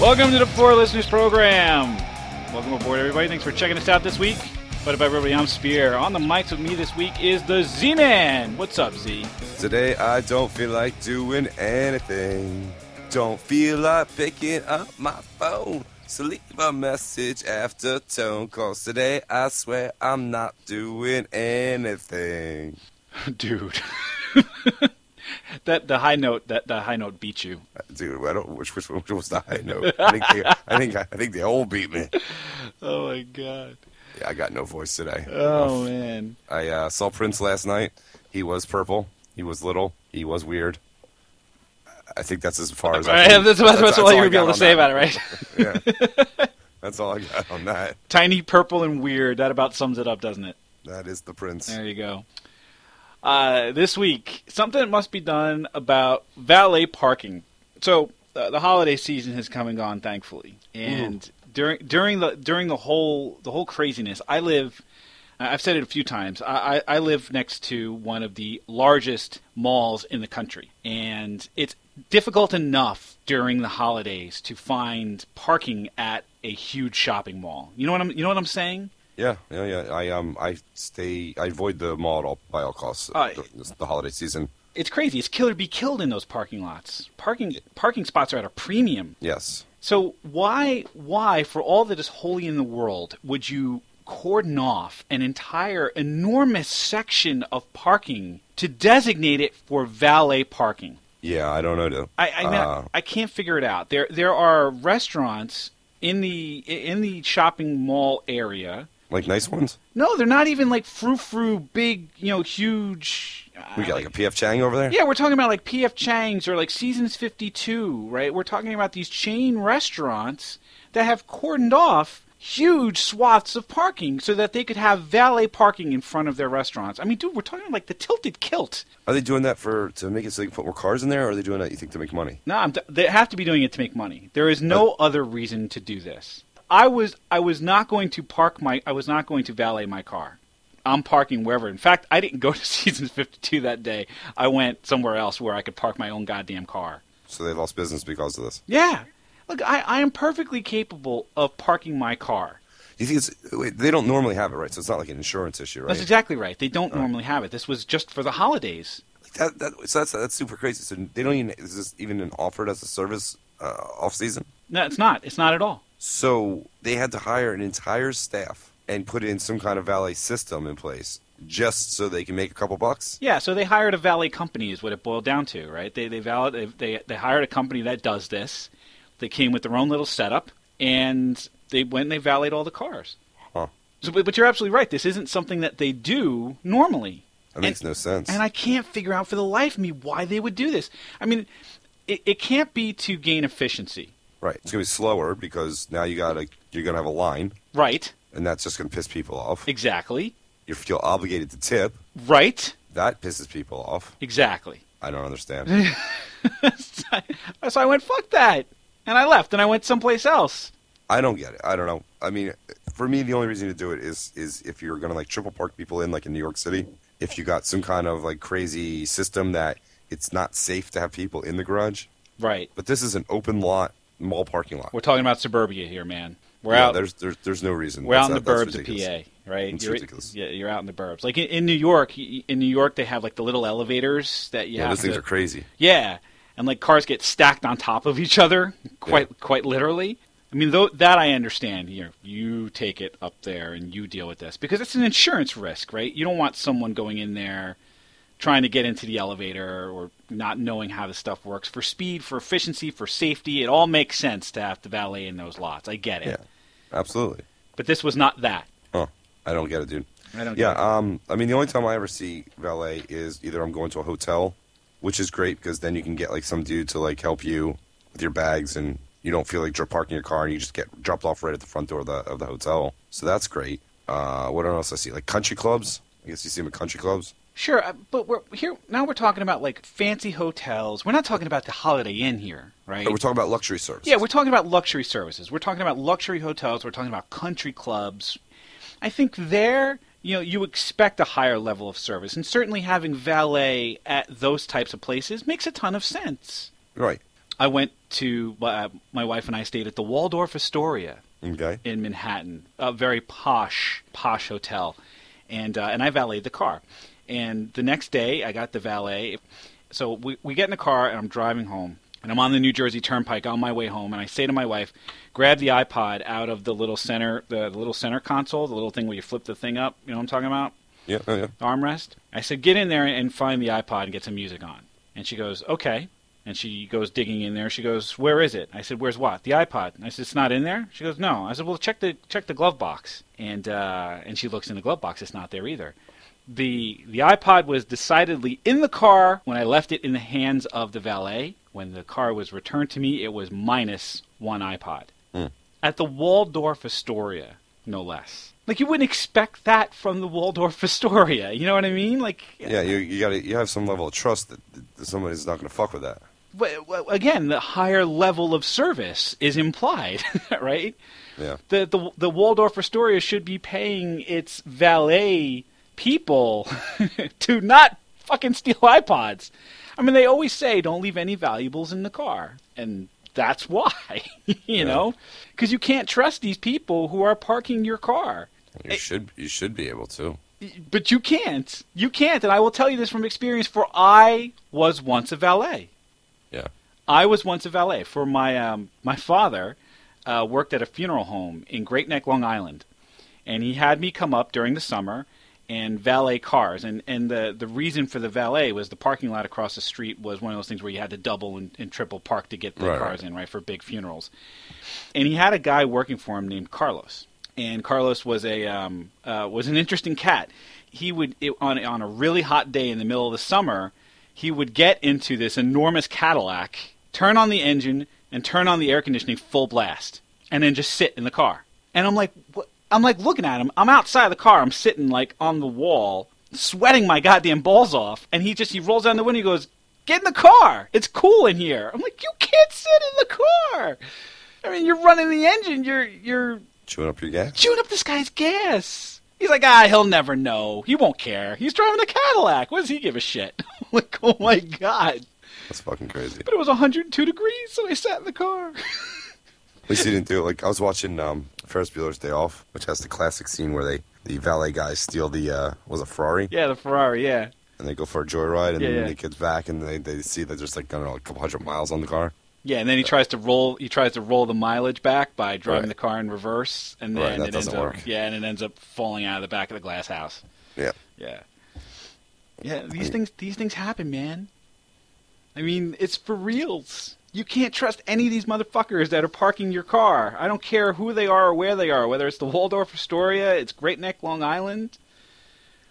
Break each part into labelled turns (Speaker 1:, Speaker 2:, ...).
Speaker 1: Welcome to the Four Listeners Program. Welcome aboard, everybody. Thanks for checking us out this week. But about everybody, I'm Spear. On the mics with me this week is the Z Man. What's up, Z?
Speaker 2: Today I don't feel like doing anything. Don't feel like picking up my phone. So leave a message after tone. Cause today I swear I'm not doing anything.
Speaker 1: Dude. that the high note that the high note beat you.
Speaker 2: Dude, I don't which which, which was the high note. I think they, I think I think they all beat me.
Speaker 1: Oh my god.
Speaker 2: Yeah, I got no voice today.
Speaker 1: Oh man.
Speaker 2: I uh, saw Prince last night. He was purple. He was little. He was weird. I think that's as far as I.
Speaker 1: Right,
Speaker 2: can-
Speaker 1: that's, that's, that's all
Speaker 2: I
Speaker 1: you would be
Speaker 2: got
Speaker 1: able
Speaker 2: on
Speaker 1: to say about
Speaker 2: that.
Speaker 1: it, right?
Speaker 2: Yeah. that's all I got on that.
Speaker 1: Tiny, purple, and weird. That about sums it up, doesn't it?
Speaker 2: That is the prince.
Speaker 1: There you go. Uh, this week, something must be done about valet parking. So uh, the holiday season has come and gone, thankfully. And during during the during the whole the whole craziness, I live. I- I've said it a few times. I, I, I live next to one of the largest malls in the country, and it's difficult enough during the holidays to find parking at a huge shopping mall. You know what I'm you know what I'm saying?
Speaker 2: Yeah, yeah, yeah. I um, I stay, I avoid the mall at all, by all costs
Speaker 1: Aye.
Speaker 2: dur- this- the holiday season.
Speaker 1: it's crazy. It's kill or be killed in those parking lots. Parking parking spots are at a premium.
Speaker 2: Yes,
Speaker 1: So why why for all that is holy in the world would you cordon off an entire enormous section of parking to designate it for valet parking?
Speaker 2: yeah. I don't know. Though.
Speaker 1: I I, mean,
Speaker 2: Uh,
Speaker 1: I can't figure it out. There there are restaurants in the in the shopping mall area.
Speaker 2: like nice ones.
Speaker 1: No, they're not even like frou frou big, you know, huge.
Speaker 2: We got like a PF Chang over there.
Speaker 1: Yeah, we're talking about like PF Chang's or like Seasons 52, right? We're talking about these chain restaurants that have cordoned off huge swaths of parking so that they could have valet parking in front of their restaurants. I mean, dude, we're talking like the tilted kilt.
Speaker 2: Are they doing that for to make it so they can put more cars in there, or are they doing that you think to make money?
Speaker 1: No, I'm they have to be doing it to make money. There is no other reason to do this. I was I was not going to park my I was not going to valet my car. I'm parking wherever. In fact, I didn't go to Seasons 52 that day. I went somewhere else where I could park my own goddamn car.
Speaker 2: So they lost business because of this.
Speaker 1: Yeah. Look, I, I am perfectly capable of parking my car.
Speaker 2: You think it's wait, they don't normally have it, right? So it's not like an insurance issue, right?
Speaker 1: That's exactly right. They don't normally have it. This was just for the holidays.
Speaker 2: Like that, that, so that's that's super crazy. So they don't even is this even an offered as a service uh, off season?
Speaker 1: No, it's not. It's not at all.
Speaker 2: So they had to hire an entire staff and put in some kind of valet system in place just so they can make a couple bucks.
Speaker 1: Yeah, so they hired a valet company is what it boiled down to, right? They they valid, they, they they hired a company that does this. They came with their own little setup and they went and they valeted all the cars.
Speaker 2: Huh.
Speaker 1: So but, but you're absolutely right. This isn't something that they do normally.
Speaker 2: That makes no sense.
Speaker 1: And I can't figure out for the life of me why they would do this. I mean, it, it can't be to gain efficiency,
Speaker 2: right, it's gonna be slower because now you got to you're gonna have a line,
Speaker 1: right?
Speaker 2: and that's just gonna piss people off.
Speaker 1: Exactly.
Speaker 2: You feel obligated to tip.
Speaker 1: Right.
Speaker 2: That pisses people off.
Speaker 1: Exactly.
Speaker 2: I don't understand.
Speaker 1: so I went, fuck that. And I left and I went someplace else.
Speaker 2: I don't get it. I don't know. I mean, for me, the only reason to do it is is if you're gonna like triple park people in, like in New York City. If you got some kind of like crazy system that it's not safe to have people in the garage,
Speaker 1: Right.
Speaker 2: But this is an open lot mall parking lot.
Speaker 1: We're talking about suburbia here, man. We're
Speaker 2: Yeah,
Speaker 1: out.
Speaker 2: There's, there's there's no reason.
Speaker 1: we're out in the
Speaker 2: That's-
Speaker 1: burbs
Speaker 2: that's ridiculous.
Speaker 1: of PA, right?
Speaker 2: It's
Speaker 1: you're,
Speaker 2: ridiculous.
Speaker 1: Yeah, you're out in the burbs. Like in, in New York, y- in New York, they have like the little elevators that you
Speaker 2: Yeah,
Speaker 1: have
Speaker 2: those things
Speaker 1: to-
Speaker 2: are crazy.
Speaker 1: Yeah, and like cars get stacked on top of each other, quite quite literally. I mean, though that I understand. You know, you take it up there and you deal with this because it's an insurance risk, right? You don't want someone going in there trying to get into the elevator or not knowing how this stuff works. For speed, for efficiency, for safety, it all makes sense to have the valet in those lots. I get it,
Speaker 2: Yeah, absolutely.
Speaker 1: but this was not that.
Speaker 2: Huh. I don't get it, dude.
Speaker 1: I don't.
Speaker 2: Yeah.
Speaker 1: get it.
Speaker 2: Um. I mean, the only time I ever see valet is either I'm going to a hotel, which is great because then you can get like some dude to like help you with your bags and you don't feel like dr- parking your car and you just get dropped off right at the front door of the of the hotel. So that's great. Uh, what else I see? Like country clubs. I guess you see them at country clubs.
Speaker 1: Sure, uh, but we're here now. We're talking about like fancy hotels. We're not talking about the Holiday Inn here, right?
Speaker 2: But we're talking about luxury services.
Speaker 1: yeah, we're talking about luxury services. We're talking about luxury hotels. We're talking about country clubs. I think there, you know, you expect a higher level of service, and certainly having valet at those types of places makes a ton of sense.
Speaker 2: right.
Speaker 1: I went to uh, my wife and I stayed at the Waldorf Astoria
Speaker 2: Okay.
Speaker 1: in Manhattan, a very posh, posh hotel, and uh, and I valeted the car. And the next day, I got the valet. So we we get in the car, and I'm driving home, and I'm on the New Jersey Turnpike on my way home, and I say to my wife, "Grab the iPod out of the little center, the, the little center console, the little thing where you flip the thing up. You know what I'm talking about?
Speaker 2: Yeah. Oh, yeah.
Speaker 1: Armrest." I said, "Get in there and find the iPod and get some music on." And she goes, "Okay." And she goes digging in there. She goes, "Where is it?" I said, "Where's what?" The iPod. And I said, "It's not in there." She goes, "No." I said, "Well, check the check the glove box." And uh, and she looks in the glove box. It's not there either. The the iPod was decidedly in the car when I left it in the hands of the valet. When the car was returned to me, it was minus one iPod
Speaker 2: Hmm.
Speaker 1: at the Waldorf Astoria, no less. Like you wouldn't expect that from the Waldorf Astoria. You know what I mean? Like
Speaker 2: Yeah. You you got to you have some level of trust that, that somebody's not going to fuck with that.
Speaker 1: w- w- again, the higher level of service is implied, right?
Speaker 2: Yeah.
Speaker 1: The, the the Waldorf Astoria should be paying its valet people to not fucking steal iPods. I mean, they always say don't leave any valuables in the car, and that's why, you know, because you can't trust these people who are parking your car.
Speaker 2: You should you should be able to.
Speaker 1: But you can't. You can't. And I will tell you this from experience, for I was once a valet.
Speaker 2: Yeah.
Speaker 1: I was once a valet. For my, um, my father uh, worked at a funeral home in Great Neck, Long Island. And he had me come up during the summer and valet cars. And, and the, the reason for the valet was the parking lot across the street was one of those things where you had to double and, and triple park to get the
Speaker 2: Right,
Speaker 1: cars in, right, for big funerals. And he had a guy working for him named Carlos. And Carlos was a um, uh, was an interesting cat. He would it, on on a really hot day in the middle of the summer, he would get into this enormous Cadillac, turn on the engine, and turn on the air conditioning full blast, and then just sit in the car. And I'm like, what? I'm like looking at him. I'm outside of the car. I'm sitting like on the wall, sweating my goddamn balls off. And he just he rolls down the window. He goes, "Get in the car. It's cool in here." I'm like, "You can't sit in the car." I mean, you're running the engine. You're you're
Speaker 2: Chewing up your gas.
Speaker 1: chewing up this guy's gas. He's like, ah, he'll never know. He won't care. He's driving a Cadillac. What does he give a shit? like, oh my god!
Speaker 2: That's fucking crazy.
Speaker 1: But it was 102 degrees, so I sat in the car.
Speaker 2: At least he didn't do it. Like I was watching um, Ferris Bueller's Day Off, which has the classic scene where they the valet guys steal the uh, was a Ferrari
Speaker 1: yeah, the Ferrari. Yeah,
Speaker 2: and they go for a joyride and
Speaker 1: Yeah, yeah.
Speaker 2: the kids back and they, they see that there's like I don't know a couple hundred miles on the car.
Speaker 1: yeah. And then he tries to roll. He tries to roll the mileage back by driving
Speaker 2: Right.
Speaker 1: the car in reverse, and
Speaker 2: Right,
Speaker 1: then
Speaker 2: that
Speaker 1: it ends
Speaker 2: doesn't
Speaker 1: up.
Speaker 2: work.
Speaker 1: Yeah, and it ends up falling out of the back of the glass house.
Speaker 2: Yeah.
Speaker 1: Yeah. Yeah, these things these things happen, man. I mean, it's for reals. You can't trust any of these motherfuckers that are parking your car. I don't care who they are or where they are, whether it's the Waldorf Astoria, it's Great Neck, Long Island.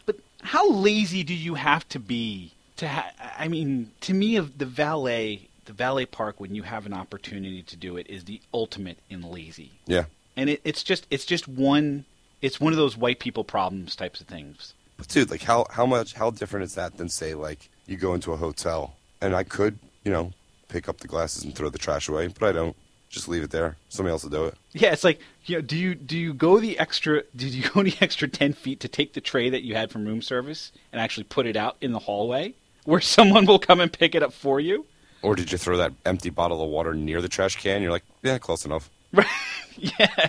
Speaker 1: But how lazy do you have to be to ha- I mean, to me of the valet, the valet park when you have an opportunity to do it is the ultimate in lazy
Speaker 2: Yeah.
Speaker 1: and it, it's just it's just one it's one of those white people problems types of things
Speaker 2: But dude, like how how much how different is that than say like you go into a hotel and I could you know pick up the glasses and throw the trash away, but I don't. Just leave it there. Somebody else will do it.
Speaker 1: yeah it's like you know, do you do you go the extra did you go the extra 10 feet to take the tray that you had from room service and actually put it out in the hallway where someone will come and pick it up for you
Speaker 2: Or did you throw that empty bottle of water near the trash can? You're like, yeah, close enough,
Speaker 1: right yeah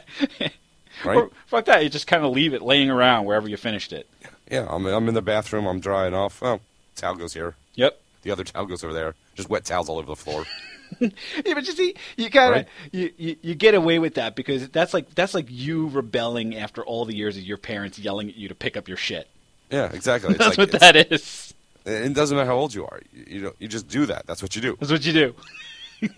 Speaker 2: right?
Speaker 1: or fuck that you just kind of leave it laying around wherever you finished it
Speaker 2: yeah, I'm I'm in the bathroom. I'm drying off. Oh, towel goes here.
Speaker 1: yep
Speaker 2: The other towel goes over there. Just wet towels all over the floor.
Speaker 1: Yeah, but you see, you gotta
Speaker 2: Right.
Speaker 1: you, you you get away with that because that's like that's like you rebelling after all the years of your parents yelling at you to pick up your shit.
Speaker 2: yeah, exactly. It's
Speaker 1: That's
Speaker 2: like,
Speaker 1: what that is.
Speaker 2: It, it doesn't matter how old you are. You, you know, you just do that. That's what you do.
Speaker 1: That's what you do.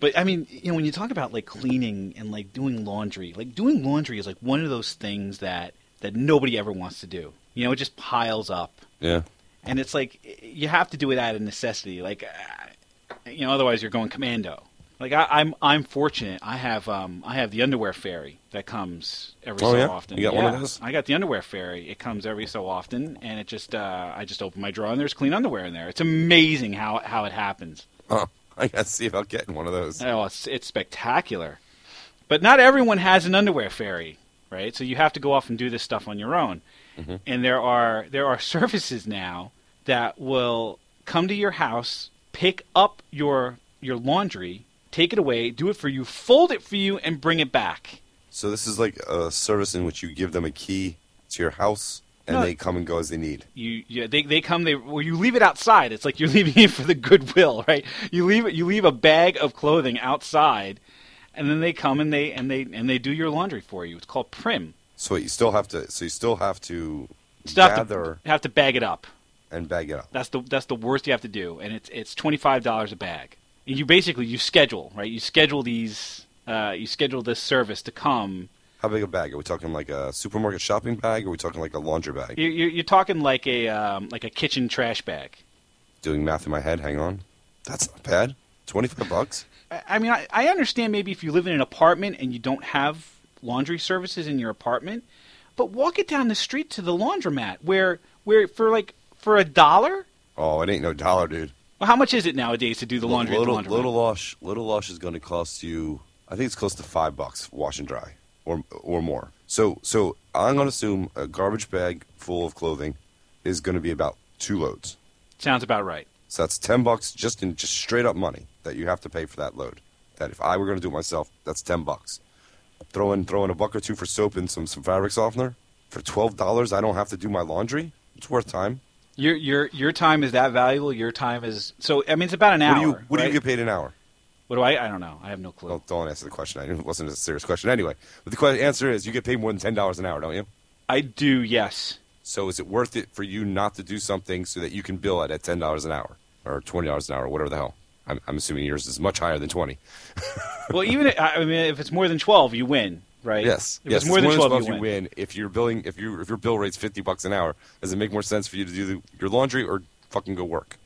Speaker 1: but I mean, you know, when you talk about like cleaning and like doing laundry, like doing laundry is like one of those things that that nobody ever wants to do. You know, it just piles up,
Speaker 2: Yeah.
Speaker 1: and it's like y- you have to do it out of necessity. Like, uh, you know, otherwise you're going commando. Like I, I'm, I'm fortunate. I have, um, I have the underwear fairy that comes every
Speaker 2: Oh,
Speaker 1: so
Speaker 2: yeah?
Speaker 1: often.
Speaker 2: You got one of
Speaker 1: Yeah,
Speaker 2: those?
Speaker 1: I got the underwear fairy. It comes every so often, and it just, uh, I just open my drawer and there's clean underwear in there. It's amazing how how it happens.
Speaker 2: Huh. I gotta see about getting one of those.
Speaker 1: Oh, it's, it's spectacular. But not everyone has an underwear fairy, right? So you have to go off and do this stuff on your own. And there are there are services now that will come to your house, pick up your your laundry, take it away, do it for you, fold it for you, and bring it back.
Speaker 2: So this is like a service in which you give them a key to your house, and
Speaker 1: No.
Speaker 2: they come and go as they need.
Speaker 1: You, yeah, they, they come. They well, you leave it outside. It's like you're leaving it for the goodwill, right? You leave it. You leave a bag of clothing outside, and then they come and they and they and they do your laundry for you. It's called prim.
Speaker 2: So you still have to. So you still have to
Speaker 1: Still have
Speaker 2: gather
Speaker 1: to, have to bag it up.
Speaker 2: and bag it up.
Speaker 1: That's the that's the worst you have to do, and it's it's twenty five dollars a bag. And you basically you schedule right. You schedule these. Uh, you schedule this service to come.
Speaker 2: How big a bag? Are we talking like a supermarket shopping bag? Or are we talking like a laundry bag?
Speaker 1: You, you, you're talking like a um, like a kitchen trash bag.
Speaker 2: Doing math in my head. Hang on. That's not bad. Twenty-five bucks.
Speaker 1: I I mean, I, I understand maybe if you live in an apartment and you don't have laundry services in your apartment, but walk it down the street to the laundromat where where for like for a dollar.
Speaker 2: Oh, it ain't no dollar, dude.
Speaker 1: Well, how much is it nowadays to do the laundry
Speaker 2: little,
Speaker 1: at the laundromat?
Speaker 2: little Lush, little Lush is going to cost you. I think it's close to five bucks wash and dry, or or more. So so I'm going to assume a garbage bag full of clothing is going to be about two loads.
Speaker 1: Sounds about right.
Speaker 2: So that's ten bucks just in just straight up money that you have to pay for that load. That if I were going to do it myself, that's ten bucks. Throw in throw in a buck or two for soap and some some fabric softener for twelve dollars. I don't have to do my laundry. It's worth time.
Speaker 1: Your your your time is that valuable. Your time is so. I mean, it's about an hour.
Speaker 2: what do you what do you
Speaker 1: right?
Speaker 2: get paid an hour?
Speaker 1: What do I? I don't know. I have no clue.
Speaker 2: Well, don't answer the question. I- It wasn't a serious question anyway. But the que- answer is you get paid more than ten dollars an hour, don't you?
Speaker 1: I do. Yes.
Speaker 2: So is it worth it for you not to do something so that you can bill it at ten dollars an hour or twenty dollars an hour, whatever the hell? I'm, I'm assuming yours is much higher than twenty.
Speaker 1: Well, even if, I I mean, if it's more than twelve, you win, right?
Speaker 2: Yes,
Speaker 1: If
Speaker 2: yes.
Speaker 1: it's more than twelve,
Speaker 2: you,
Speaker 1: win.
Speaker 2: win. If you're billing, if you if your bill rate's fifty bucks an hour, does it make more sense for you to do the, your laundry or fucking go work?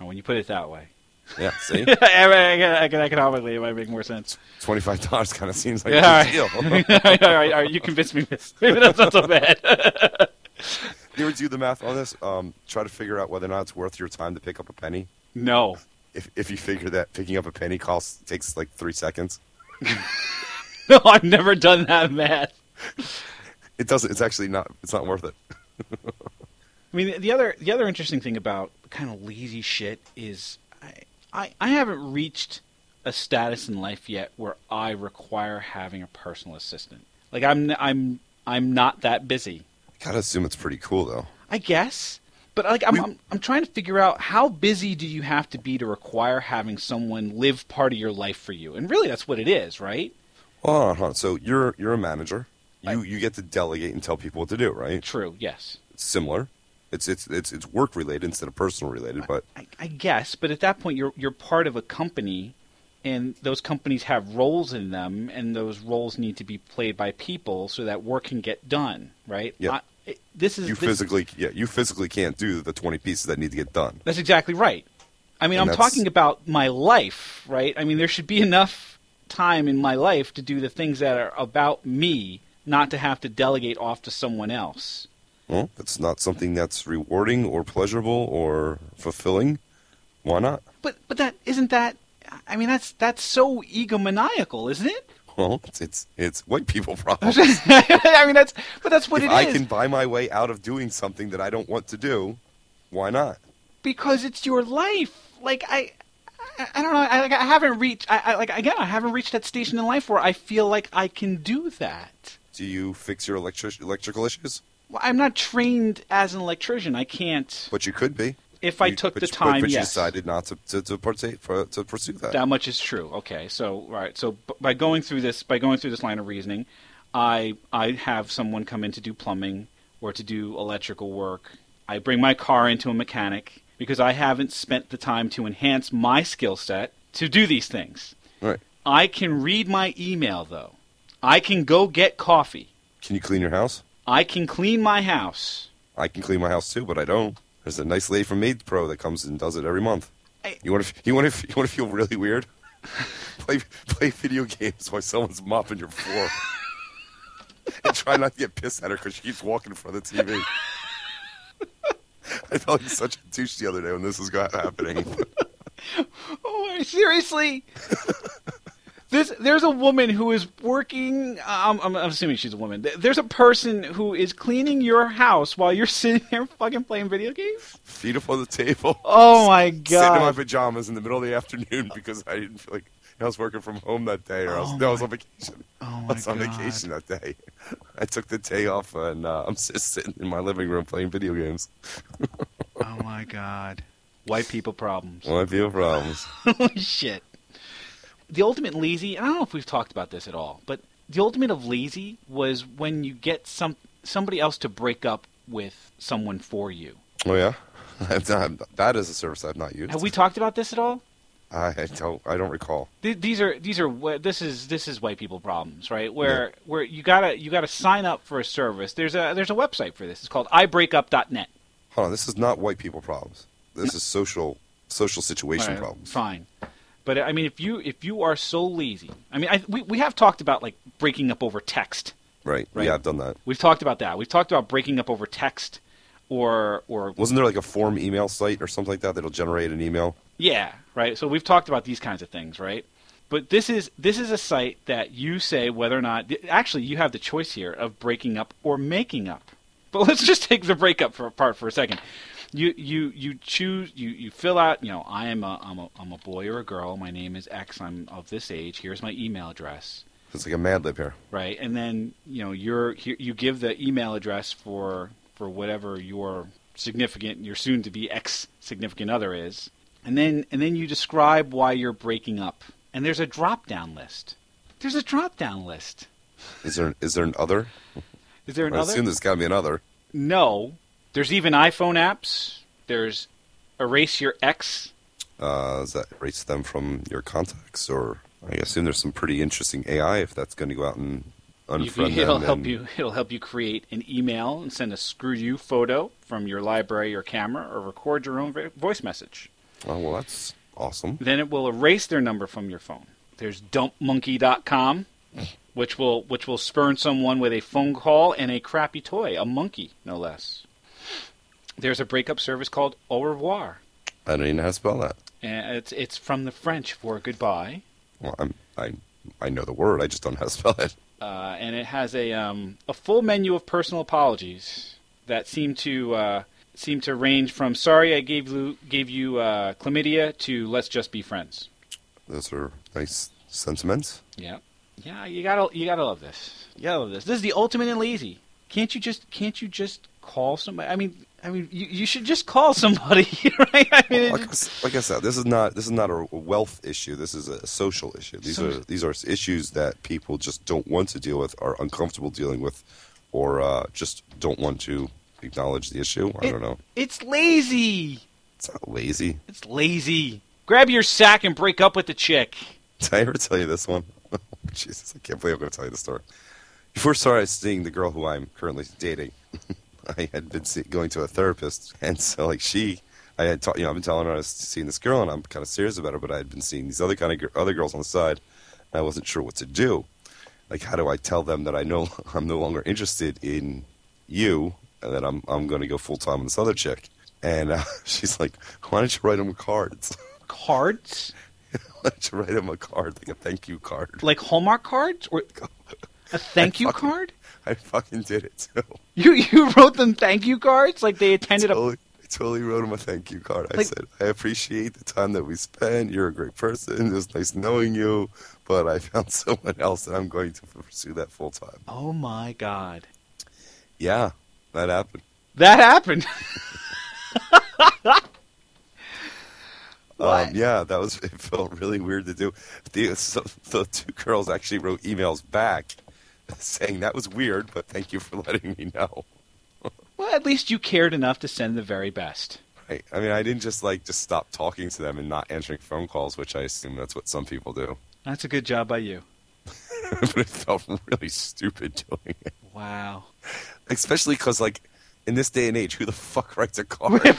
Speaker 1: Oh, When you put it that way,
Speaker 2: Yeah, see,
Speaker 1: I mean, I can- economically, it might make more sense.
Speaker 2: twenty five dollars kind of seems like
Speaker 1: Yeah,
Speaker 2: a good
Speaker 1: all
Speaker 2: deal.
Speaker 1: all right, all right, all right, You convinced me. Maybe that's not so bad.
Speaker 2: you ever do the math on this? Um, try to figure out whether or not it's worth your time to pick up a penny.
Speaker 1: no.
Speaker 2: if if you figure that picking up a penny costs takes like three seconds,
Speaker 1: No, I've never done that math.
Speaker 2: it doesn't. It's actually not. It's not worth it.
Speaker 1: I mean, the other the other interesting thing about kind of lazy shit is I, I I haven't reached a status in life yet where I require having a personal assistant. Like I'm I'm I'm not that busy.
Speaker 2: Gotta assume it's pretty cool though.
Speaker 1: I guess. But like I'm, I'm I'm trying to figure out how busy do you have to be to require having someone live part of your life for you. And really that's what it is, right?
Speaker 2: Well, hold on, hold on. So you're you're a manager. You you get to delegate and tell people what to do, right?
Speaker 1: True, yes.
Speaker 2: It's similar. It's it's it's it's work related instead of personal related, but
Speaker 1: I, I guess, but at that point, you're you're part of a company, and those companies have roles in them, and those roles need to be played by people so that work can get done, right?
Speaker 2: Yeah.
Speaker 1: I- it- this is
Speaker 2: you
Speaker 1: this-
Speaker 2: physically yeah you physically can't do the twenty pieces that need to get done.
Speaker 1: That's exactly right. I mean,
Speaker 2: And
Speaker 1: I'm
Speaker 2: that's-
Speaker 1: talking about my life, right? I mean, there should be enough time in my life to do the things that are about me, not to have to delegate off to someone else.
Speaker 2: Well, if it's not something that's rewarding or pleasurable or fulfilling. Why not?
Speaker 1: But but that isn't that. I mean, that's that's so egomaniacal, isn't it?
Speaker 2: Well, it's it's, it's white people problems.
Speaker 1: I mean, that's but that's what
Speaker 2: if
Speaker 1: it is.
Speaker 2: I can buy my way out of doing something that I don't want to do, why not?
Speaker 1: because it's your life. Like I, I, I don't know. I, like, I haven't reached. I, I like again. I haven't reached that station in life where I feel like I can do that.
Speaker 2: Do you fix your electric- electrical issues?
Speaker 1: Well, I'm not trained as an electrician. I can't.
Speaker 2: But you could be.
Speaker 1: If I
Speaker 2: You-
Speaker 1: took
Speaker 2: but,
Speaker 1: the
Speaker 2: but-
Speaker 1: time,
Speaker 2: but, you
Speaker 1: yes.
Speaker 2: decided not to to, to, partake, for, to pursue that.
Speaker 1: That much is true. Okay, so right. So b- by going through this, by going through this line of reasoning, I I have someone come in to do plumbing or to do electrical work. I bring my car into a mechanic because I haven't spent the time to enhance my skill set to do these things.
Speaker 2: Right?
Speaker 1: I can read my email though. I can go get coffee.
Speaker 2: Can you clean your house?
Speaker 1: I can clean my house.
Speaker 2: I can clean my house too, but I don't. There's a nice lady from Maid Pro that comes and does it every month.
Speaker 1: I-
Speaker 2: You want to you want to you want to feel really weird? play play video games while someone's mopping your floor. and try not to get pissed at her because she keeps walking in front of the TV. I felt like such a douche the other day when this was go- happening.
Speaker 1: Oh, seriously? This there's a woman who is working. Um, I'm, I'm assuming she's a woman. Th- There's a person who is cleaning your house while you're sitting there fucking playing video games.
Speaker 2: Feet up on the table.
Speaker 1: Oh my
Speaker 2: Sitting in my
Speaker 1: god!
Speaker 2: pajamas in the middle of the afternoon because I didn't feel like I was working from home that day, or I was,
Speaker 1: Oh
Speaker 2: no, I was on vacation.
Speaker 1: oh
Speaker 2: I
Speaker 1: my
Speaker 2: was on
Speaker 1: god!
Speaker 2: vacation that day. I took the day off, and uh, I'm just sitting in my living room playing video games.
Speaker 1: Oh my god! White people problems.
Speaker 2: Well, I feel problems.
Speaker 1: Holy shit. The ultimate lazy, and I don't know if we've talked about this at all, but the ultimate of lazy was when you get some somebody else to break up with someone for you.
Speaker 2: Oh yeah, That's not- that is a service I've not used.
Speaker 1: Have we talked about this at all?
Speaker 2: I I don't. I don't recall.
Speaker 1: Th- These are these are wh- this is this is white people problems, right? Where where you gotta you gotta sign up for a service. There's a there's a website for this. It's called ibreakup.net.
Speaker 2: Hold on, this is not white people problems. This is social social situation
Speaker 1: All right,
Speaker 2: problems.
Speaker 1: Fine, but I mean, if you if you are so lazy, I mean, I, we we have talked about like breaking up over text.
Speaker 2: Right.
Speaker 1: Right.
Speaker 2: Yeah, I've done that.
Speaker 1: We've talked about that. We've talked about breaking up over text or or
Speaker 2: Wasn't there like a form email site or something like that that'll generate an email?
Speaker 1: yeah, right? So we've talked about these kinds of things, right? But this is this is a site that you say whether or not actually you have the choice here of breaking up or making up. But let's just take the breakup for, part for a second. You you you choose you, you fill out, you know, I am a I'm a I'm a boy or a girl, my name is X, I'm of this age, here's my email address.
Speaker 2: It's like a Mad Lib here.
Speaker 1: right? And then you know you're here- you give the email address for for whatever your significant your soon to be ex significant other is, and then and then you describe why you're breaking up. And there's a drop down list. There's a drop down list.
Speaker 2: Is there is there an other?
Speaker 1: Is there
Speaker 2: I assume
Speaker 1: another?
Speaker 2: there's got to be another.
Speaker 1: No. There's even iPhone apps. There's erase your ex.
Speaker 2: Uh, does that erase them from your contacts? Or I assume there's some pretty interesting AI if that's going to go out and
Speaker 1: You-
Speaker 2: unfriend them.
Speaker 1: it'll help
Speaker 2: and-
Speaker 1: you. It'll help you create an email and send a screw you photo from your library or camera, or record your own vo- voice message.
Speaker 2: Oh well, that's awesome.
Speaker 1: then it will erase their number from your phone. There's dumpmonkey.com, which will which will spurn someone with a phone call and a crappy toy, a monkey no less. There's a breakup service called Au revoir,
Speaker 2: I don't even know how to spell that.
Speaker 1: and it's it's from the French for goodbye,
Speaker 2: Well, I'm I I know the word. I just don't know how to spell it.
Speaker 1: uh, and it has a um, a full menu of personal apologies that seem to uh, seem to range from sorry I gave you gave you uh, chlamydia to let's just be friends.
Speaker 2: Those are nice sentiments.
Speaker 1: Yeah. Yeah, you gotta you gotta love this. You gotta love this. This is the ultimate in lazy. Can't you just can't you just call somebody? I mean, I mean, you, you should just call somebody, right? I mean, it-
Speaker 2: Well, like, I s- like I said, this is not this is not a wealth issue. This is a social issue. These
Speaker 1: Social.
Speaker 2: are these are issues that people just don't want to deal with, are uncomfortable dealing with, or uh, just don't want to acknowledge the issue. I
Speaker 1: It-
Speaker 2: don't know.
Speaker 1: it's lazy.
Speaker 2: It's not lazy.
Speaker 1: It's lazy. Grab your sack and break up with the chick.
Speaker 2: Did I ever tell you this one? Jesus, I can't believe I'm going to tell you this story. Before I started seeing the girl who I'm currently dating, I had been see- going to a therapist, and so like she, I had ta- you know I've been telling her I was seeing this girl, and I'm kind of serious about her, but I had been seeing these other kind of gir- other girls on the side, and I wasn't sure what to do. Like, how do I tell them that I know I'm no longer interested in you, and that I'm I'm going to go full time on this other chick? And uh, she's like, why don't you write them cards?
Speaker 1: Cards
Speaker 2: why don't you write them a card, like a thank you card?
Speaker 1: like Hallmark cards or a thank you
Speaker 2: fucking-
Speaker 1: card?
Speaker 2: I fucking did it too.
Speaker 1: You you wrote them thank you cards like they attended a
Speaker 2: totally, I totally wrote him a thank you card. I
Speaker 1: Like-
Speaker 2: said, I appreciate the time that we spent. You're a great person. It was nice knowing you, but I found someone else and I'm going to pursue that full time.
Speaker 1: Oh my god.
Speaker 2: Yeah, that happened.
Speaker 1: That happened.
Speaker 2: Um, yeah, that was. It felt really weird to do. The, so, the two girls actually wrote emails back saying that was weird, but thank you for letting me know.
Speaker 1: well, at least you cared enough to send the very best.
Speaker 2: Right. I mean, I didn't just like just stop talking to them and not answering phone calls, which I assume that's what some people do.
Speaker 1: That's a good job by you.
Speaker 2: but it felt really stupid doing it,
Speaker 1: Wow.
Speaker 2: especially because like in this day and age, who the fuck writes a card?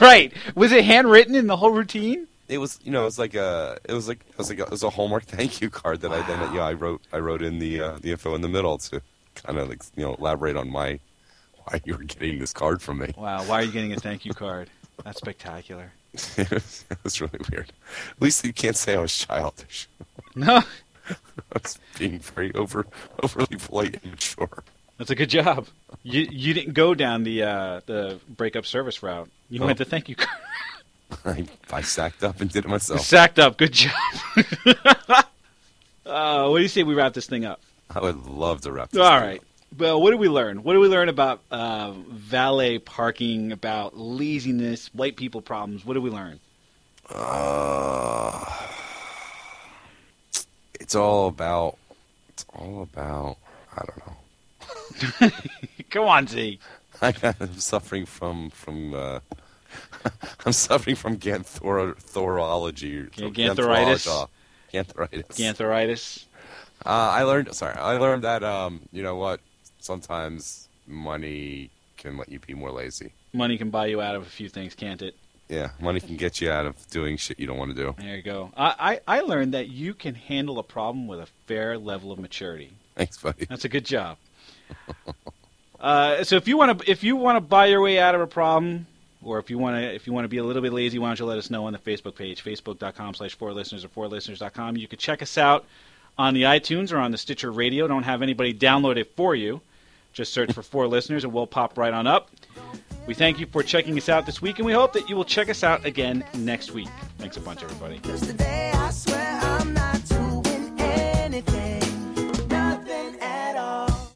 Speaker 1: right. Was it handwritten in the whole routine?
Speaker 2: it was you know it was like a it was like it was like a, it was a Hallmark thank you card that I then yeah I wrote I wrote in the uh, the info in the middle to kind of like you know elaborate on my why you were getting this card from me.
Speaker 1: Wow. Why are you getting a thank you card? That's spectacular.
Speaker 2: it was really weird. At least you can't say I was childish.
Speaker 1: No.
Speaker 2: I was being very over overly polite and mature.
Speaker 1: That's a good job. You you didn't go down the uh, the breakup service route. You
Speaker 2: No.
Speaker 1: went the thank you card.
Speaker 2: I, I sacked up and did it myself.
Speaker 1: Sacked up. Good job. uh, what do you say we wrap this thing up?
Speaker 2: I would love to wrap. This
Speaker 1: All
Speaker 2: thing
Speaker 1: right.
Speaker 2: up.
Speaker 1: Well, what did we learn? What did we learn about uh, valet parking, about laziness, white people problems? What did we learn?
Speaker 2: Uh, it's all about. It's all about. I don't know.
Speaker 1: Come on, Z.
Speaker 2: I got, I'm suffering from from. Uh, I'm suffering from ganthor- thorology.
Speaker 1: Gan- ganthoritis?
Speaker 2: Ganthorology. Ganthoritis.
Speaker 1: Ganthoritis.
Speaker 2: uh, I learned. Sorry, I learned that. Um, you know what? Sometimes money can let you be more lazy.
Speaker 1: Money can buy you out of a few things, can't it?
Speaker 2: Yeah, money can get you out of doing shit you don't want to do.
Speaker 1: There you go. I, I, I learned that you can handle a problem with a fair level of maturity.
Speaker 2: Thanks, buddy.
Speaker 1: That's a good job. Uh, so if you want to if you want to buy your way out of a problem, or if you want to if you want to be a little bit lazy, why don't you let us know on the Facebook page, facebook.com slash four listeners or four listeners.com. You could check us out on the iTunes or on the Stitcher Radio. Don't have anybody download it for you. Just search for four listeners and we'll pop right on up. We thank you for checking us out this week, and we hope that you will check us out again next week. Thanks a bunch, everybody.
Speaker 3: Cause today I swear I'm not doing anything.